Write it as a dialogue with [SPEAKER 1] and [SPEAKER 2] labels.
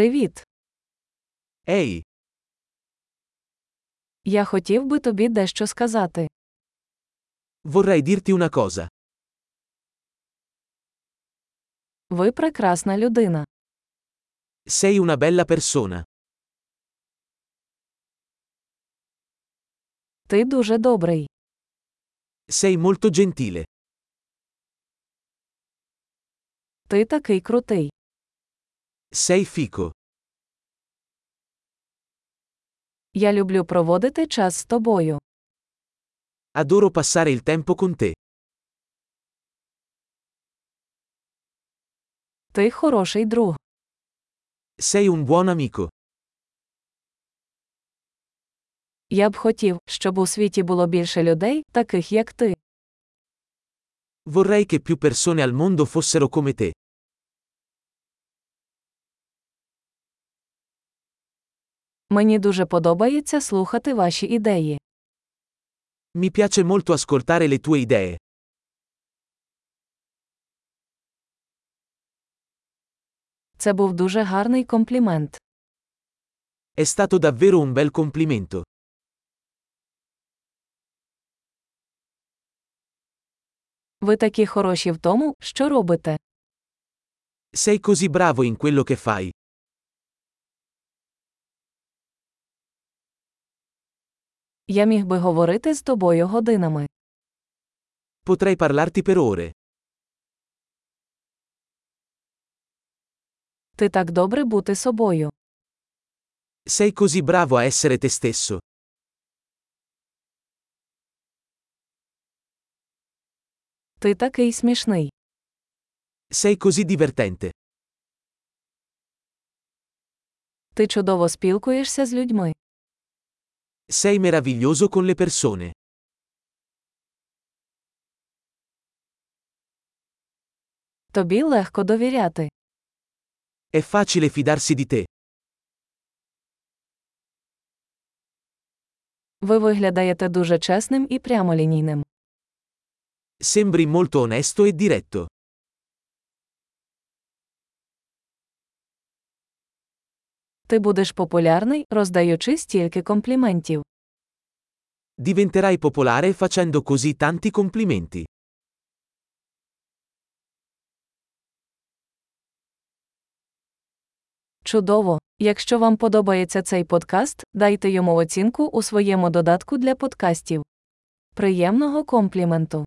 [SPEAKER 1] Привіт.
[SPEAKER 2] Ehi,
[SPEAKER 1] Я хотів би тобі дещо сказати.
[SPEAKER 2] vorrei dirti una cosa.
[SPEAKER 1] Ви прекрасна людина.
[SPEAKER 2] Sei una bella persona.
[SPEAKER 1] Ти дуже добрий.
[SPEAKER 2] Sei molto gentile.
[SPEAKER 1] Ти такий крутий.
[SPEAKER 2] Sei fico.
[SPEAKER 1] Я люблю проводити час з тобою.
[SPEAKER 2] Adoro passare il tempo con te.
[SPEAKER 1] Ти хороший друг.
[SPEAKER 2] Sei un buon amico.
[SPEAKER 1] Я б хотів, щоб у світі було більше людей, таких як ти.
[SPEAKER 2] Vorrei che più persone al mondo fossero come te.
[SPEAKER 1] Мені дуже подобається слухати ваші ідеї.
[SPEAKER 2] Mi piace molto ascoltare le tue idee.
[SPEAKER 1] Це був дуже гарний комплімент.
[SPEAKER 2] È stato davvero un bel complimento.
[SPEAKER 1] Ви такі хороші в тому, що робите.
[SPEAKER 2] Sei così bravo in quello che fai.
[SPEAKER 1] Я міг би говорити з тобою годинами.
[SPEAKER 2] Potrei parlarti per ore.
[SPEAKER 1] Ти так добре бути собою.
[SPEAKER 2] Sei così bravo a essere te stesso.
[SPEAKER 1] Ти такий смішний.
[SPEAKER 2] Sei così divertente.
[SPEAKER 1] Ти чудово спілкуєшся з людьми.
[SPEAKER 2] Sei meraviglioso con le persone.
[SPEAKER 1] Тобі легко довіряти.
[SPEAKER 2] È facile fidarsi di te.
[SPEAKER 1] Ви виглядаєте дуже чесним і прямолінійним.
[SPEAKER 2] Sembri molto onesto e diretto.
[SPEAKER 1] Ти будеш популярний, роздаючи стільки компліментів.
[SPEAKER 2] Diventerai popolare facendo così tanti complimenti.
[SPEAKER 1] Чудово! Якщо вам подобається цей подкаст, дайте йому оцінку у своєму додатку для подкастів. Приємного компліменту!